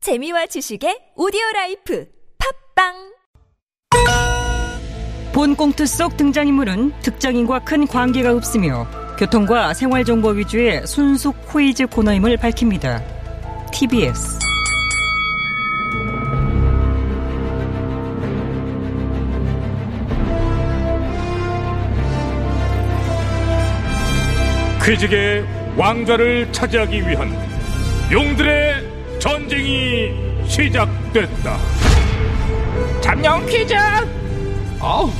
재미와 지식의 오디오 라이프 팝빵 본 꽁트 속 등장인물은 특정인과 큰 관계가 없으며 교통과 생활정보 위주의 순수 코이즈 코너임을 밝힙니다. TBS 퀴즈계 왕좌를 차지하기 위한 용들의 전쟁이 시작됐다. 잠룡 퀴즈. 아우.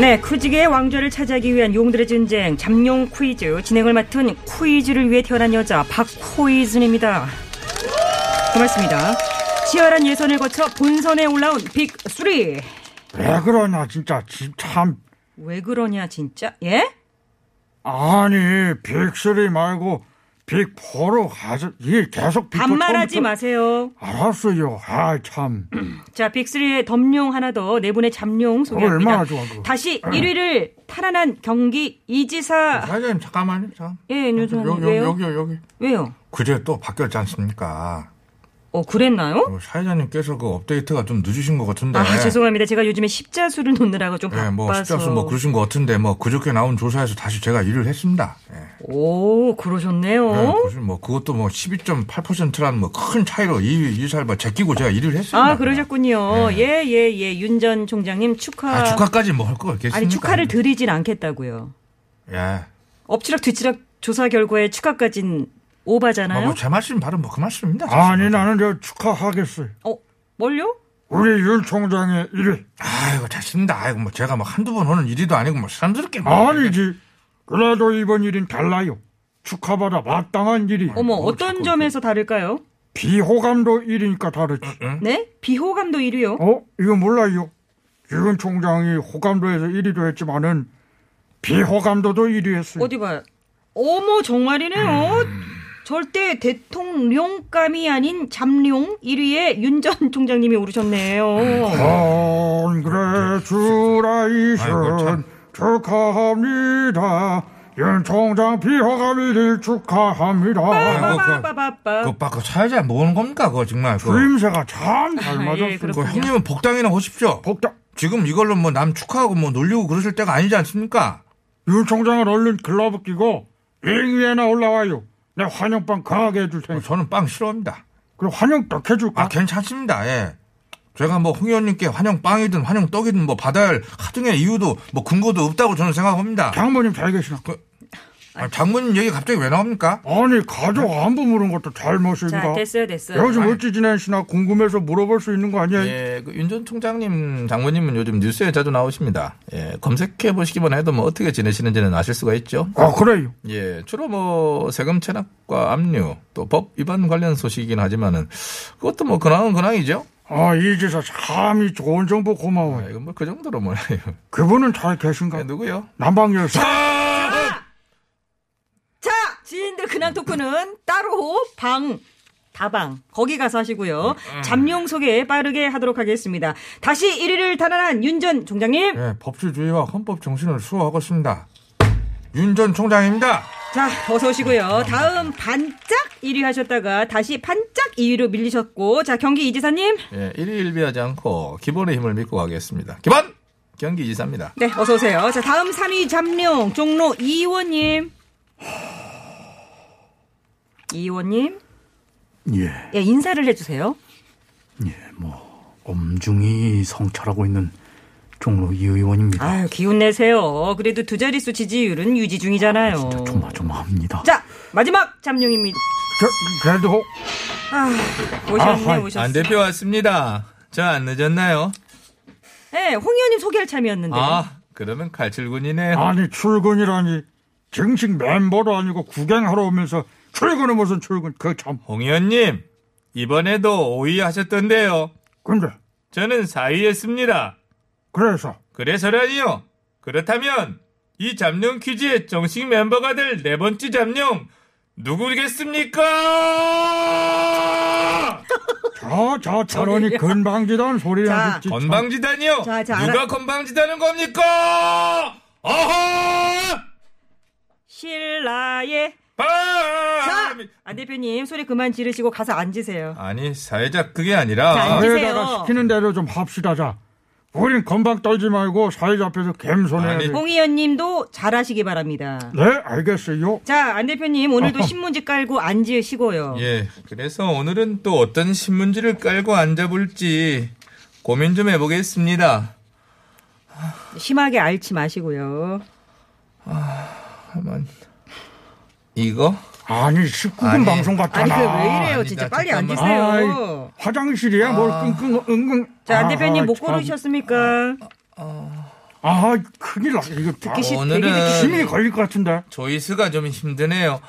네, 쿠지계의 왕좌를 차지하기 위한 용들의 전쟁 잠룡 쿠이즈 진행을 맡은 쿠이즈를 위해 태어난 여자 박쿠이즈입니다. 고맙습니다. 치열한 예선을 거쳐 본선에 올라온 빅3. 왜 그러냐 진짜 지- 참 왜 그러냐 진짜? 예? 아니 빅3 말고 빅4로 가서 일 계속 빅4 반말하지 처음부터- 마세요. 알았어요 아참 자, 빅3의 덤룡 하나 더, 네 분의 잠룡 소개합니다. 얼마나 좋아, 그거. 다시 1위를 탈환한 경기 이지사. 사장님 잠깐만요. 잠. 예, 요, 윤소장님. 요, 왜요? 여기요 여기. 왜요? 그제 또 바뀌었지 않습니까? 어, 그랬나요? 그 사회자님께서 그 업데이트가 좀 늦으신 것 네. 같은데. 아, 죄송합니다. 제가 요즘에 십자수를 놓느라고 좀 예, 바빠서. 뭐 십자수 뭐 그러신 것 같은데 뭐 그저께 나온 조사에서 다시 제가 일을 했습니다. 예. 오, 그러셨네요. 예, 보시면 뭐 그것도 뭐 12.8%라는 뭐 큰 차이로 이 이사를 뭐 제끼고 제가 일을 했습니다. 아, 그러셨군요. 예, 예, 예. 윤 전 총장님 축하. 아, 축하까지 뭐 할 거 없겠습니까? 아니, 축하를 드리진 않겠다고요. 예. 엎치락 뒤치락 조사 결과에 축하까진 뭐, 오바잖아요. 뭐제 말씀 바로 뭐 그 말씀입니다. 아니 사실은. 나는 저 축하하겠어요 어, 뭘요? 우리 윤 총장의 일이 아이고 됐습니다. 아이고 뭐 제가 뭐 한두 번 오는 일이도 아니고 뭐 사람들께 뭐 아니지 그래도 이번 일은 달라요 축하받아 마땅한 일이 어머, 어떤 점에서 다를까요? 비호감도 일이니까 다르지 네? 비호감도 1위요. 어? 이거 몰라요 윤 총장이 호감도에서 1위도 했지만은 비호감도도 1위 했어요 어디 봐요. 어머 정말이네요. 절대 대통령감이 아닌 잠룡 1위에 윤 전 총장님이 음. 오르셨네요. 아이고, 참. 컨그레츄레이션 축하합니다. 윤 총장 비호감이를 축하합니다. 아이고, 그- 어, 빠바바바바. 그거 그 사회자 뭐 하는 겁니까 그거 정말. 그거. 그림새가 참 잘 아, 예, 맞았습니다. 그렇군요. 그 형님은 복당이나 하십시오. 복당. 지금 이걸로 뭐 남 축하하고 뭐 놀리고 그러실 때가 아니지 않습니까? 윤 총장은 얼른 글러브 끼고 윙위에나 올라와요. 내 환영빵 강하게 해줄 어, 테니. 저는 빵 싫어합니다. 그럼 환영떡 해줄까? 아, 괜찮습니다. 예. 제가 뭐 홍 의원님께 환영 빵이든 환영 떡이든 뭐 받아야 할 하등의 이유도 뭐 근거도 없다고 저는 생각합니다. 장모님 잘 계시나? 아, 장모님 얘기 갑자기 왜 나옵니까? 아니 가족 네. 안부 물은 것도 자 잘못인가? 됐어요 아. 됐어요. 요즘 어찌 지내시나 궁금해서 물어볼 수 있는 거 아니에요? 예, 그 윤 전 총장님, 장모님은 요즘 뉴스에 자주 나오십니다. 예, 검색해 보시기만 해도 뭐 어떻게 지내시는지는 아실 수가 있죠. 아 그래요. 예, 주로 뭐 세금 체납과 압류 또 법 위반 관련 소식이긴 하지만은 그것도 뭐 근황은 근황이죠. 아, 이지사 참 이 좋은 정보 고마워요. 예, 이건 뭐 그 정도로 뭐예요. 그분은 잘 계신가? 예, 누구요? 남방 열사. 자 지인들 근황 토크는 따로 방 다방 거기 가서 하시고요. 잠룡 소개 빠르게 하도록 하겠습니다. 다시 1위를 달아난 윤 전 총장님. 예, 법치주의와 헌법 정신을 수호하고 있습니다. 윤 전 총장입니다. 자, 어서 오시고요. 다음 반짝 1위 하셨다가 다시 반짝 2위로 밀리셨고, 자, 경기 이지사님. 예, 일일비하지 않고 기본의 힘을 믿고 가겠습니다. 기본 경기지사입니다. 네, 어서 오세요. 자, 다음 3위 잠룡 종로 이 의원님. 이 의원님, 예, 예, 인사를 해주세요. 뭐, 엄중히 성찰하고 있는 종로 이 의원입니다. 아유, 기운 내세요. 그래도 두 자릿수 지지율은 유지 중이잖아요. 진짜 조마조마합니다. 자, 마지막 잠룡입니다. 저, 그래도 아, 오셨네, 아하, 오셨어. 안 대표 왔습니다. 저 안 늦었나요? 네, 홍 의원님 소개할 참이었는데. 아, 그러면 갈출군이네요. 아니 출근이라니 정식 멤버도 아니고 구경하러 오면서 출근은 무슨 출근? 그 참. 홍 의원님, 이번에도 5위 하셨던데요. 근데 저는 4위 했습니다. 그래서 그래서라니요. 그렇다면, 이 잠룡 퀴즈의 정식 멤버가 될 네 번째 잠룡, 누구겠습니까? 자 저, 저 철원이 건방지단 소리를 자, 듣지. 참. 건방지단이요? 자, 자, 누가 알아- 건방지다는 겁니까? 어허! 신라의 바람이- 안 대표님 소리 그만 지르시고 가서 앉으세요. 아니 사회적 그게 자, 아니라 이제- 사회에다가 해주세요. 시키는 대로 좀 합시다, 자. 우린 건방 떨지 말고 사회 앞에서 겸손해야 아니, 돼. 홍 의원님도 잘하시기 바랍니다. 네, 알겠어요. 자, 안 대표님 오늘도 신문지 깔고 앉으시고요. 어. 예 그래서 오늘은 또 어떤 신문지를 깔고 앉아볼지 고민 좀 해보겠습니다 심하게 앓지 마시고요. 가만 이거 아니, 19분 아니. 방송 아니 같잖아. 그 왜 이래요? 아니다, 진짜 빨리 잠깐만. 앉으세요. 아. 화장실이야, 뭘 끙끙, 은근. 자, 안 대표님 아, 못 참. 고르셨습니까? 아, 큰일 나. 이거 다 듣기 싫 되게 듣기 오늘은 시민이 걸릴 것 같은데. 조이스가 좀 힘드네요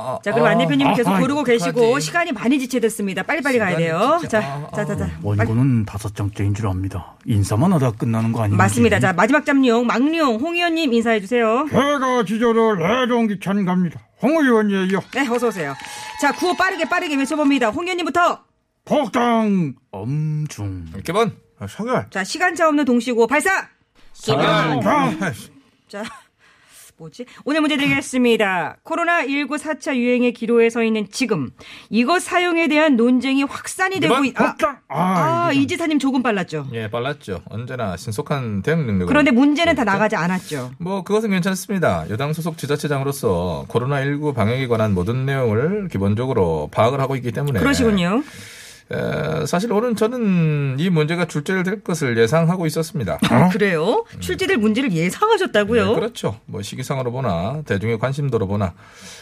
아, 자, 그럼 안 대표님은 아, 계속 아, 고르고 계시고 어떡하지? 시간이 많이 지체됐습니다. 빨리빨리 가야 시간이 돼요. 진짜- 자, 아, 자, 자, 자. 빨리. 원고는 다섯 장째인 줄 압니다. 인사만 하다 끝나는 거 아닌지. 맞습니다. 자, 마지막 잠룡 망룡 홍 의원님 인사해 주세요. 제가 지저를 내종기찬 갑니다. 홍 의원이에요. 네, 어서 오세요. 자, 구호 빠르게 빠르게 외쳐봅니다. 홍 의원님부터. 복당. 엄중. 이렇게 번 아, 서결. 자, 시간차 없는 동시고 발사. 서결 아, 자, 뭐지? 오늘 문제 드리겠습니다. 코로나19 4차 유행의 기로에 서 있는 지금 이것 사용에 대한 논쟁이 확산이 되고 있... 아, 복당. 아, 아, 이거 참. 이지사님 조금 빨랐죠. 예 빨랐죠 언제나 신속한 대응 능력을 그런데 문제는 다 나가지 않았죠. 뭐 그것은 괜찮습니다. 여당 소속 지자체장으로서 코로나19 방역에 관한 모든 내용을 기본적으로 파악을 하고 있기 때문에 그러시군요. 에, 사실 오늘 저는 이 문제가 출제를 될 것을 예상하고 있었습니다. 아, 그래요? 출제될 문제를 예상하셨다고요? 어? 음. 네, 그렇죠. 뭐 시기상으로 보나 대중의 관심도로 보나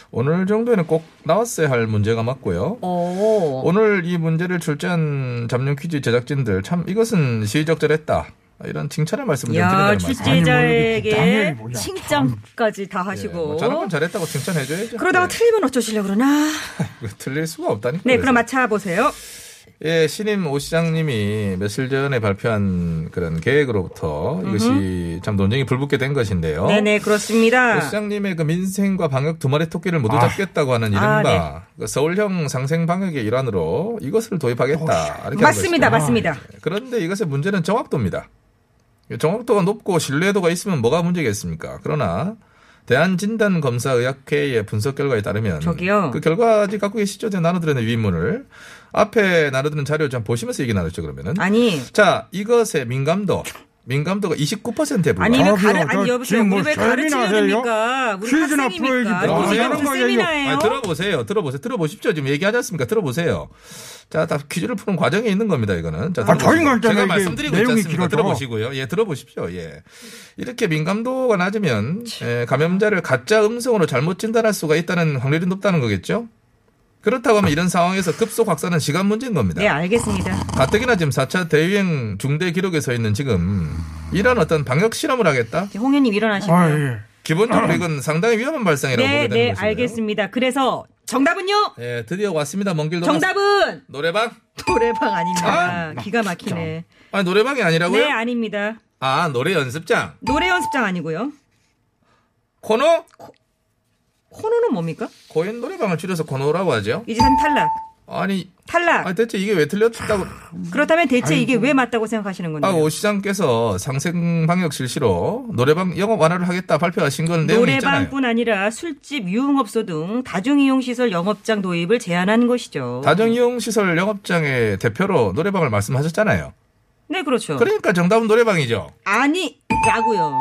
오늘 정도에는 꼭 나왔어야 할 문제가 맞고요. 어. 오늘 이 문제를 출제한 잡룡 퀴즈 제작진들 참 이것은 시의적절했다. 이런 칭찬의 말씀을 좀 드린다는 야, 말씀. 그 아니, 뭐 이게 출제자에게 당연히 뭐야. 칭찬까지 다 예, 하시고. 뭐 잘한 건 잘했다고 칭찬해줘야죠. 그러다가 틀리면 어쩌시려고 그러나? 이거 틀릴 수가 없다니까. 네, 그럼 맞춰보세요. 예, 신임 오 시장님이 며칠 전에 발표한 그런 계획으로부터 이것이 참 논쟁이 불붙게 된 것인데요. 네네, 오 그렇습니다. 시장님의 어? 그 민생과 방역 두 마리 토끼를 모두 잡겠다고 하는 아, 이른바 그 서울형 상생 방역의 일환으로 이것을 도입하겠다. 이렇게 한 어, 맞습니다, 것이죠. 아. 네. 맞습니다. 그런데 이것의 문제는 정확도입니다. 정확도가 높고 신뢰도가 있으면 뭐가 문제겠습니까? 그러나 대한진단검사의학회의 분석 결과에 따르면 저기요. 그 결과지 갖고 계시죠? 제가 나눠드리는 위문을 앞에 나눠드린 자료 좀 보시면서 얘기 나누죠 그러면은 아니, 자 이것의 민감도 민감도가 29%에 불과. 아니면 저기요, 가르 아니 저 여보세요 지금 우리 뭐 왜 가르치는 세미나 겁니까? 우리 퀴즈나 학생입니까? 풀어야지. 무슨 아, 무슨 이런 세미나예요? 아니, 들어보세요. 들어보세요. 들어보십시오. 지금 얘기하지 않습니까? 들어보세요. 자, 다 퀴즈를 푸는 과정에 있는 겁니다, 이거는. 자, 아, 들어보시고. 저희가 일단 제가 이게 말씀드리고 있지 내용이 않습니까? 길어져. 들어보시고요. 예, 들어보십시오. 예. 이렇게 민감도가 낮으면 예, 감염자를 가짜 음성으로 잘못 진단할 수가 있다는 확률이 높다는 거겠죠? 그렇다고 하면 이런 상황에서 급속 확산은 시간 문제인 겁니다. 네, 알겠습니다. 가뜩이나 지금 4차 대유행 중대 기록에 서 있는 지금 이런 어떤 방역 실험을 하겠다? 이제 홍 의원님 일어나시고요. 아, 예. 기본적으로 이건 상당히 위험한 발상이라고 네, 보게 되는 네, 것인데요. 알겠습니다. 그래서 정답은요? 예, 드디어 왔습니다. 먼 길도 정답은 노래방? 노래방 아닙니다. 기가 막히네. 아 노래방이 아니라고요? 네, 아닙니다. 아 노래 연습장 노래 연습장 아니고요. 코노 코너는 뭡니까? 고인 노래방을 줄여서 코노라고 하죠. 이지삼 탈락. 아니 탈락. 아, 대체 이게 왜 틀렸다고? 그렇다면 대체 이게 왜 맞다고 생각하시는 건데요? 아, 오 시장께서 상생 방역 실시로 노래방 영업 완화를 하겠다 발표하신 건 내용이 있잖아요. 노래방뿐 아니라 술집, 유흥업소 등 다중이용시설 영업장 도입을 제한한 것이죠. 다정이용 시설 영업장의 대표로 노래방을 말씀하셨잖아요. 네, 그렇죠. 그러니까 정답은 노래방이죠. 아니라고요.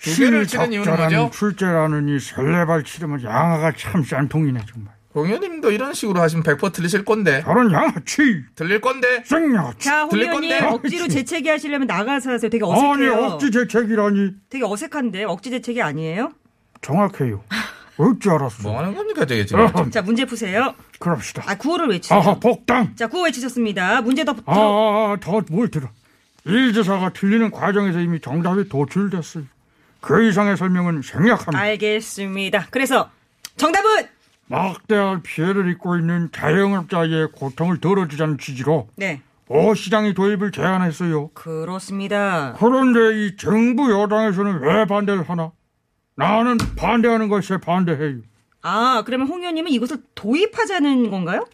두 개를 치는 이유는 신적절한 뭐죠? 출제라는 이 설레발 치르면 양아가 참 짠통이네 정말. 공연님도 이런 식으로 하시면 100% 틀리실 건데 저런 양아치, 들릴 건데 생야치. 자, 홍 들릴 의원님 건데. 억지로 재채기 하시려면 나가서 하세요. 되게 아니 어색해요. 억지 재책이라니 되게 어색한데 억지 재채기 아니에요? 정확해요. 어찌 알았어? 뭐 하는 겁니까 저게 지금? 어흠, 자, 문제 푸세요. 그럽시다. 아, 구호를 외치세요. 아하 복당. 자, 구호 외치셨습니다. 문제 더 붙어. 아, 아더뭘 들어? 일지사가 틀리는 과정에서 이미 정답이 도출됐어요. 그 이상의 설명은 생략합니다. 알겠습니다. 그래서 정답은 막대한 피해를 입고 있는 자영업자의 고통을 덜어주자는 취지로 네, 오 시장의 도입을 제안했어요. 그렇습니다. 그런데 이 정부 여당에서는 왜 반대를 하나? 나는 반대하는 것에 반대해요. 아, 그러면 홍 의원님은 이것을 도입하자는 건가요?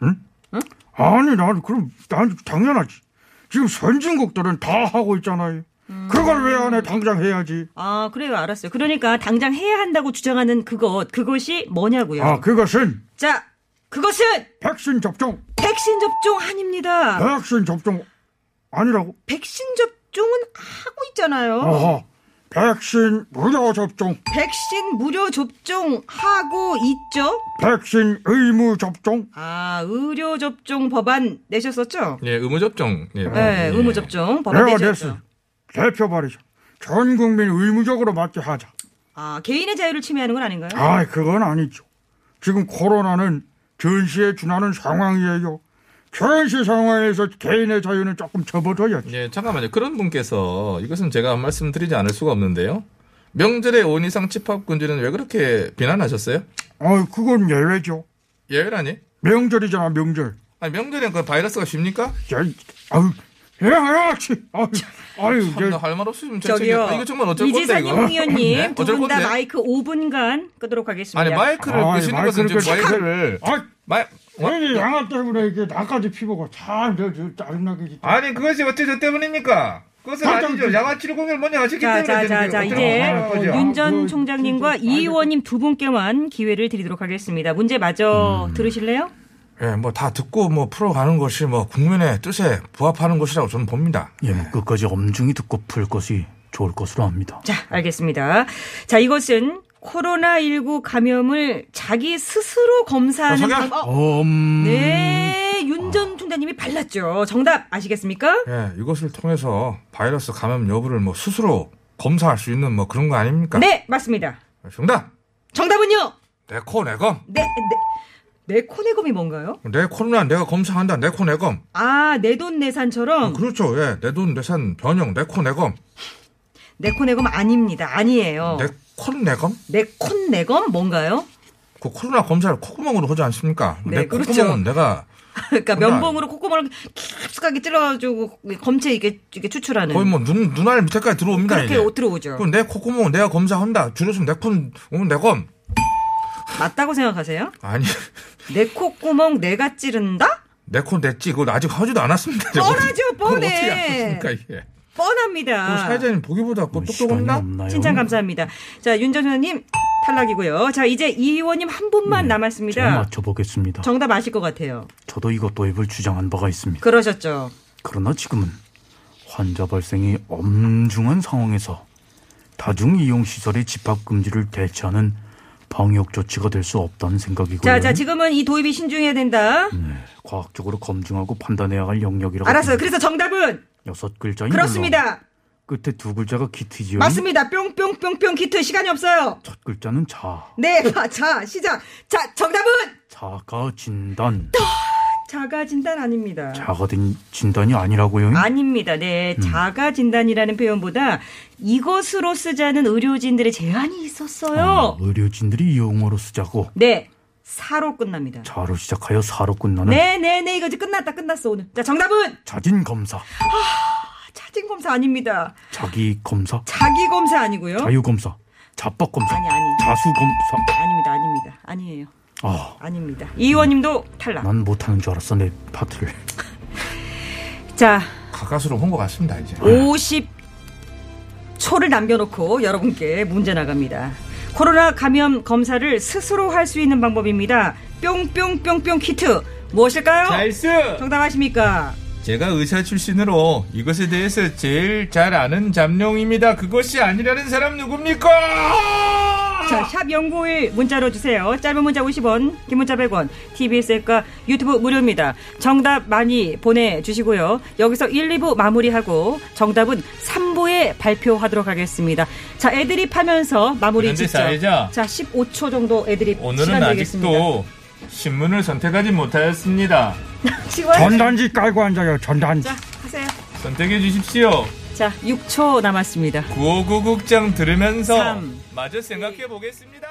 아니 난 그럼 난 당연하지. 지금 선진국들은 다 하고 있잖아요. 그걸 왜 안 해? 당장 해야지. 아, 그래요. 알았어요. 그러니까 당장 해야 한다고 주장하는 그것, 그것이 뭐냐고요. 아 그것은 자, 그것은 백신 접종, 백신 접종 아닙니다. 어? 백신 접종 아니라고. 백신 접종은 하고 있잖아요. 어. 아하, 백신 무료 접종, 백신 무료 접종 하고 있죠? 백신 의무 접종. 아, 의료 접종 법안 내셨었죠? 예, 의무 접종. 예. 네, 의무 접종 법안 내가 내셨죠. 냈어. 대표 발의죠. 전 국민 의무적으로 맞게 하자. 아, 개인의 자유를 침해하는 건 아닌가요? 아, 그건 아니죠. 지금 코로나는 전시에 준하는 상황이에요. 전시 상황에서 개인의 자유는 조금 접어둬야지. 예, 잠깐만요. 그런 분께서 이것은 제가 말씀드리지 않을 수가 없는데요. 명절에 5인 이상 집합 금지는 왜 그렇게 비난하셨어요? 아, 그건 예외죠. 예외라니? 명절이잖아, 명절. 아니, 명절엔 그 바이러스가 쉽니까? 야, 이- 아유, 야, 야, 치, 아유, 아유, 참, 저, 나할말 없으면 저기요. 아, 이거 정말 어쩔 건데, 이지사님, 이거. 홍의원님 네? 두 어쩔 분 다 건데? 마이크 5분간 끄도록 하겠습니다. 아니, 마이크를 아이, 끄시는 것은 마이크를 지금 끄- 마이크를. 아, 마이, 어? 괜히 양아 때문에 이게 나까지 피부가 참, 저, 저, 짜증나게. 아, 아니, 그것이 어째 저 때문이니까? 그것은 맞아, 아니죠. 맞아. 양아치료 공연을 먼저 하시기 자, 때문에. 자, 자, 되는 자, 거죠. 이제 어쩌라고 하는 거죠. 윤- 윤 전 아, 그거 총장님과 진짜 이 의원님 두 분께만 기회를 드리도록 하겠습니다. 문제 마저 음. 들으실래요? 예, 뭐 다 듣고 뭐 풀어가는 것이 뭐 국민의 뜻에 부합하는 것이라고 저는 봅니다. 예, 뭐 끝까지 엄중히 듣고 풀 것이 좋을 것으로 압니다. 자, 알겠습니다. 자, 이것은 코로나19 감염을 자기 스스로 검사하는 어, 석양! 방법. 어, 엄 네, 음. 윤 전 총장님이 발랐죠. 정답 아시겠습니까? 예, 이것을 통해서 바이러스 감염 여부를 뭐 스스로 검사할 수 있는 뭐 그런 거 아닙니까? 네, 맞습니다. 정답. 정답은요. 내 코 내검. 네, 네. 내 코네검이 뭔가요? 내 코로나 내가 검사한다. 내 코 내검. 아, 내 돈 내산처럼 그렇죠. 예, 내 돈 내산 변형 내 코 내검. 내 코네검 아닙니다. 아니에요. 내코 내검? 내 콧내검 뭔가요? 그 코로나 검사를 콧구멍으로 하지 않습니까? 네, 내 그렇죠. 콧구멍은 내가 그러니까 정말. 면봉으로 콧구멍을 깊숙하게 찔러가지고 검체 이게 이게 추출하는 거의 뭐 눈, 눈알 밑에까지 들어옵니다. 네. 그렇게 이게. 옷 들어오죠. 그럼 내 콧구멍은 내가 검사한다. 줄여서 내콘 내검. 맞다고 생각하세요? 아니, 내 콧구멍 내가 찌른다? 내 코 냈지. 그걸 아직 하지도 않았습니다. 저거. 뻔하죠, 그걸 어떻게 뻔해. 아. 알았습니까, 이게. 그럼 뻔합니다. 사회자님 보기보다 그거 시간이 똑똑했나? 없나요? 칭찬 감사합니다. 자, 윤 전 의원님 탈락이고요. 자, 이제 이 의원님 한 분만 제가 남았습니다. 네, 맞춰보겠습니다. 정답 아실 것 같아요. 저도 이것 도입을 주장한 바가 있습니다. 그러셨죠. 그러나 지금은 환자 발생이 엄중한 상황에서 다중 이용 시설의 집합 금지를 대체하는 방역 조치가 될 수 없다는 생각이고요. 자, 자, 지금은 이 도입이 신중해야 된다. 네, 과학적으로 검증하고 판단해야 할 영역이라고. 알았어요. 봅니다. 네. 그래서 정답은 여섯 글자인 물론 그렇습니다. 끝에 두 글자가 기트지요. 맞습니다. 뿅뿅뿅뿅 키트 시간이 없어요. 첫 글자는 자, 네, 자, 자, 시작. 자, 정답은 자가 진단. 자가 진단 아닙니다. 자가 음. 된 진단이 아니라고요. 아닙니다. 네, 자가 진단이라는 표현보다 이것으로 쓰자는 의료진들의 제안이 있었어요. 아, 의료진들이 이 용어로 쓰자고 네, 사로 끝납니다. 자로 시작하여 사로 끝나는 네, 네, 네, 이거 이제 끝났다, 끝났어 오늘. 자, 정답은 자진 검사, 자진 검사 아닙니다. 자기 검사, 자기 검사 아니고요. 자유 검사, 자법 검사, 아니, 아니. 자수 검사. 아닙니다, 아닙니다, 아니에요, 아, 아닙니다. 이 의원님도 탈락. 난 못하는 줄 알았어 내 파트를. 자, 가까스로 온 것 같습니다, 이제. 50초를 남겨놓고 여러분께 문제 나갑니다. 코로나 감염 검사를 스스로 할 수 있는 방법입니다. 뿅뿅뿅뿅 키트 무엇일까요? 나이스! 정답하십니까? 제가 의사 출신으로 이것에 대해서 제일 잘 아는 잠룡입니다. 그것이 아니라는 사람 누굽니까? 자, 샵 0951 문자로 주세요. 짧은 문자 50원, 긴 문자 100원, TBS 앱과 유튜브 무료입니다. 정답 많이 보내주시고요. 여기서 1, 2부 마무리하고 정답은 3부에 발표하도록 하겠습니다. 자, 애드립 하면서 마무리 그런데 짓죠. 사회자. 자, 15초 정도 애드립 오늘은 시간 드리겠습니다. 아직도 신문을 선택하지 못하였습니다. 전단지 깔고 앉아요, 전단지. 자, 하세요. 선택해 주십시오. 자, 6초 남았습니다. 구호구국장 들으면서 삼, 마저 생각해 보겠습니다.